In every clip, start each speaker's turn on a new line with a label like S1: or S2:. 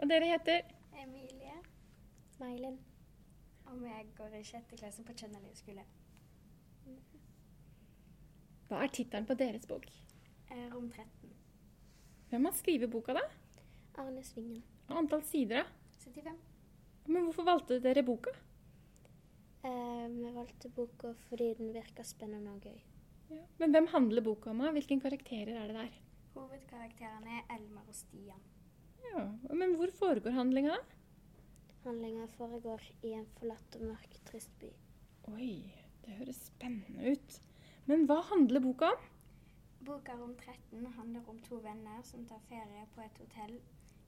S1: Og dere heter?
S2: Emilie.
S3: Mailin.
S2: Og jeg går i sjette klasse på Kjønnalien skole.
S1: Hva er tittelen på deres bok?
S2: Eh, Rom 13.
S1: Hvem har skrevet boka, da?
S3: Arne Svingen.
S1: Og antall sider, da?
S2: 75.
S1: Men hvorfor valgte dere boka?
S3: Eh, vi valgte boka fordi den virka spennende og gøy.
S1: Men hvem handler boka om? da? Hvilke karakterer er det der?
S2: Hovedkarakterene er Elmar og Stian.
S1: Ja, Men hvor foregår handlinga, da?
S3: Handlinga foregår i en forlatt og mørk, trist by.
S1: Oi, det høres spennende ut. Men hva handler boka om?
S2: Boka Rom 13 handler om to venner som tar ferie på et hotell.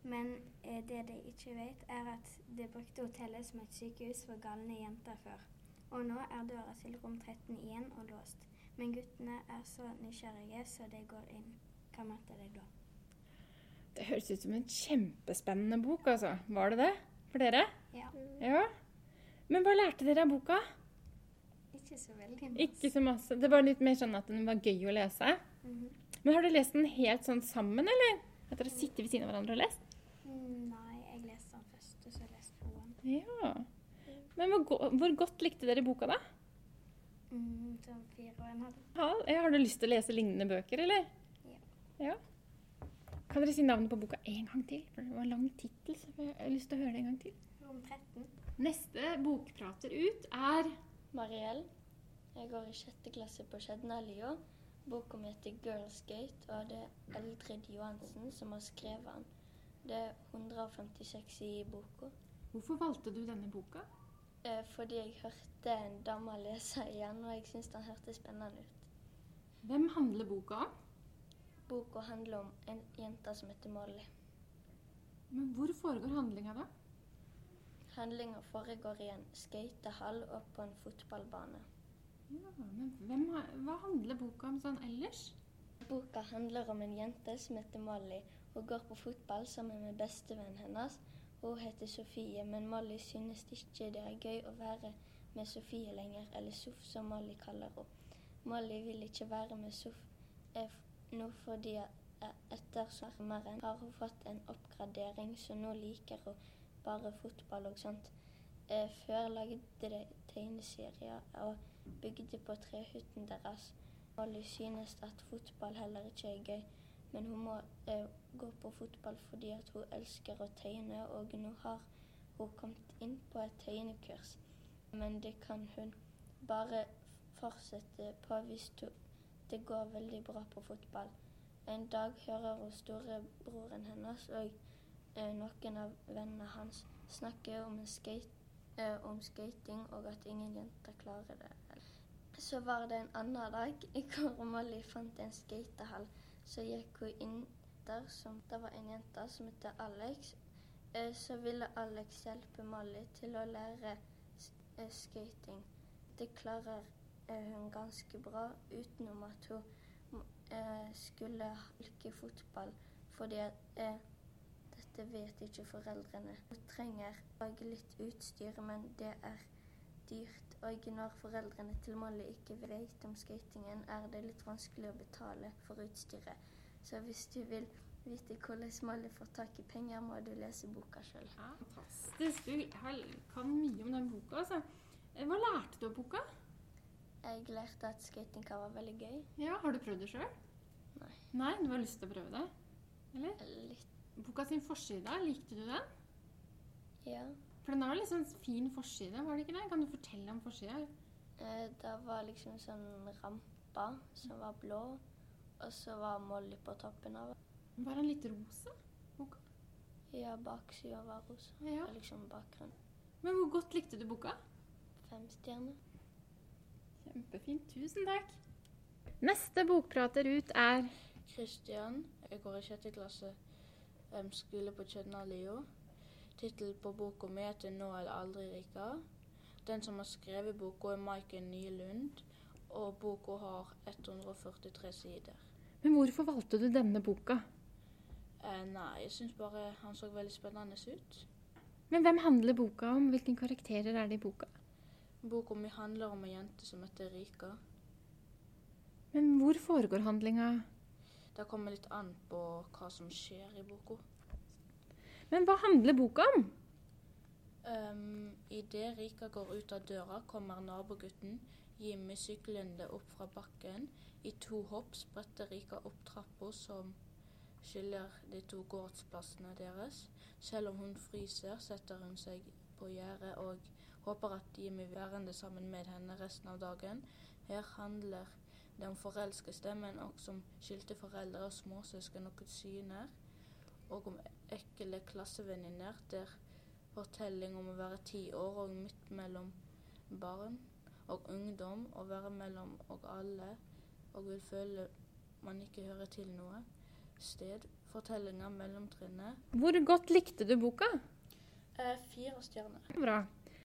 S2: Men eh, det de ikke vet, er at de brukte hotellet som et sykehus for galne jenter før. Og nå er døra til rom 13 igjen og låst. Men guttene er så nysgjerrige, så de går inn. Hva møter de da?
S1: Det høres ut som en kjempespennende bok, altså. Var det det for dere?
S2: Ja,
S1: Ja. Men hva lærte dere av boka?
S2: ikke så veldig masse.
S1: Ikke så masse. Det var litt mer sånn at den var gøy å lese.
S2: Mhm.
S1: Men har du lest den helt sånn sammen, eller? At dere sitter ved siden av hverandre og lest?
S2: Mm, Nei, jeg leste den først, og så leste jeg den.
S1: Ja. Men hvor, go- hvor godt likte dere boka, da?
S2: Mm, sånn fire og en halv.
S1: Ha, eh, har du lyst til å lese lignende bøker, eller?
S2: Ja.
S1: Ja. Kan dere si navnet på boka en gang til? For det var en lang tittel, så jeg har lyst til å høre det en gang til.
S2: Rom 13.
S1: Neste bokprater ut er
S4: Mariell. Jeg går i sjette klasse på Skjednalia. Boka mi heter 'Girls Gate', og det er Eldrid Johansen som har skrevet den. Det er 156 i boka.
S1: Hvorfor valgte du denne boka?
S4: Eh, fordi jeg hørte en dame lese igjen, og jeg syns den hørtes spennende ut.
S1: Hvem handler boka om?
S4: Boka handler om en jente som heter Molly.
S1: Men hvor foregår handlinga, da?
S4: Handlinga foregår i en skøytehall og på en fotballbane.
S1: Ja, men hvem, har- hva handler boka om sånn ellers?
S4: Boka handler om en jente som heter Molly. Hun går på fotball sammen med bestevennen hennes. Hun heter Sofie, men Molly synes ikke det er gøy å være med Sofie lenger, eller Sof, som Molly kaller henne. Molly vil ikke være med Sof eh, f- nå fordi at- eh, etter sommeren har hun fått en oppgradering, så nå liker hun bare fotball og sånt. Eh, Før lagde de tegneserier og bygde på trehytten deres. Molly synes at fotball heller ikke er gøy, men hun må eh, gå på fotball fordi at hun elsker å tegne, og nå har hun kommet inn på et tegnekurs. Men det kan hun bare fortsette på hvis to- det går veldig bra på fotball. En dag hører hun storebroren hennes og eh, noen av vennene hans snakke om, en skate, eh, om skating og at ingen jenter klarer det. Så var det en annen dag hvor Molly fant en skatehall. Så gikk hun inn der som det var en jente som het Alex. Eh, Så ville Alex hjelpe Molly til å lære s- eh, skating. Det klarer eh, hun ganske bra utenom at hun m- eh, skulle halke fotball, fordi at, eh, dette vet ikke foreldrene. Hun trenger også litt utstyr, men det er dyrt, og når foreldrene til Molly ikke vet om skatingen, er det litt vanskelig å betale for utstyret. Så hvis du vil vite hvordan Molly får tak i penger, må du lese boka sjøl.
S1: Ja, fantastisk. Du har- kan mye om den boka, altså. Eh, Hva lærte du av boka?
S4: Jeg lærte at skating kan være veldig gøy.
S1: Ja, Har du prøvd det sjøl?
S4: Nei.
S1: Nei, Du har lyst til å prøve det? Eller?
S4: Litt,
S1: Boka sin forside, likte du den?
S4: ja.
S1: For den har en litt sånn fin forside, var det ikke det? Kan du fortelle om forsida?
S4: Eh, Det var liksom sånn rampa som var blå, og så var Molly på toppen av
S1: Var den litt rosa?
S4: Ja, baksida var rosa.
S1: Ja.
S4: Liksom bakgrunnen.
S1: Men hvor godt likte du boka?
S4: Fem stjerner.
S1: Kjempefint. Tusen takk. Neste bokprater ut er
S5: Kristian, jeg går i sjette klasse, em, skole på Kjønnalia. Tittelen på boka mi heter 'Nå eller aldri Rika'. Den som har skrevet boka, er Maiken Nylund, og boka har 143 sider.
S1: Men hvorfor valgte du denne boka?
S5: Eh, nei, jeg syns bare han så veldig spennende ut.
S1: Men hvem handler boka om? Hvilke karakterer er det i boka?
S5: Boka mi handler om ei jente som heter Rika.
S1: Men hvor foregår handlinga?
S5: Det kommer litt an på hva som skjer i boka.
S1: Men hva handler boka om?
S5: Um, Idet Rika går ut av døra, kommer nabogutten Jimmy syklende opp fra bakken. I to hopp spretter Rika opp trappa som skiller de to gårdsplassene deres. Selv om hun fryser, setter hun seg på gjerdet og håper at Jimmy vil være sammen med henne resten av dagen. Her handler det om forelskelse, men også om skilte foreldre og småsøsken og kusiner. Og om ekle klassevenninner. der fortelling om å være ti år og midt mellom barn og ungdom, og være mellom og alle, og vil føle man ikke hører til noe sted. Fortellinger mellomtrinnet.
S1: Hvor godt likte du boka?
S4: Eh, fire stjerner.
S1: Bra.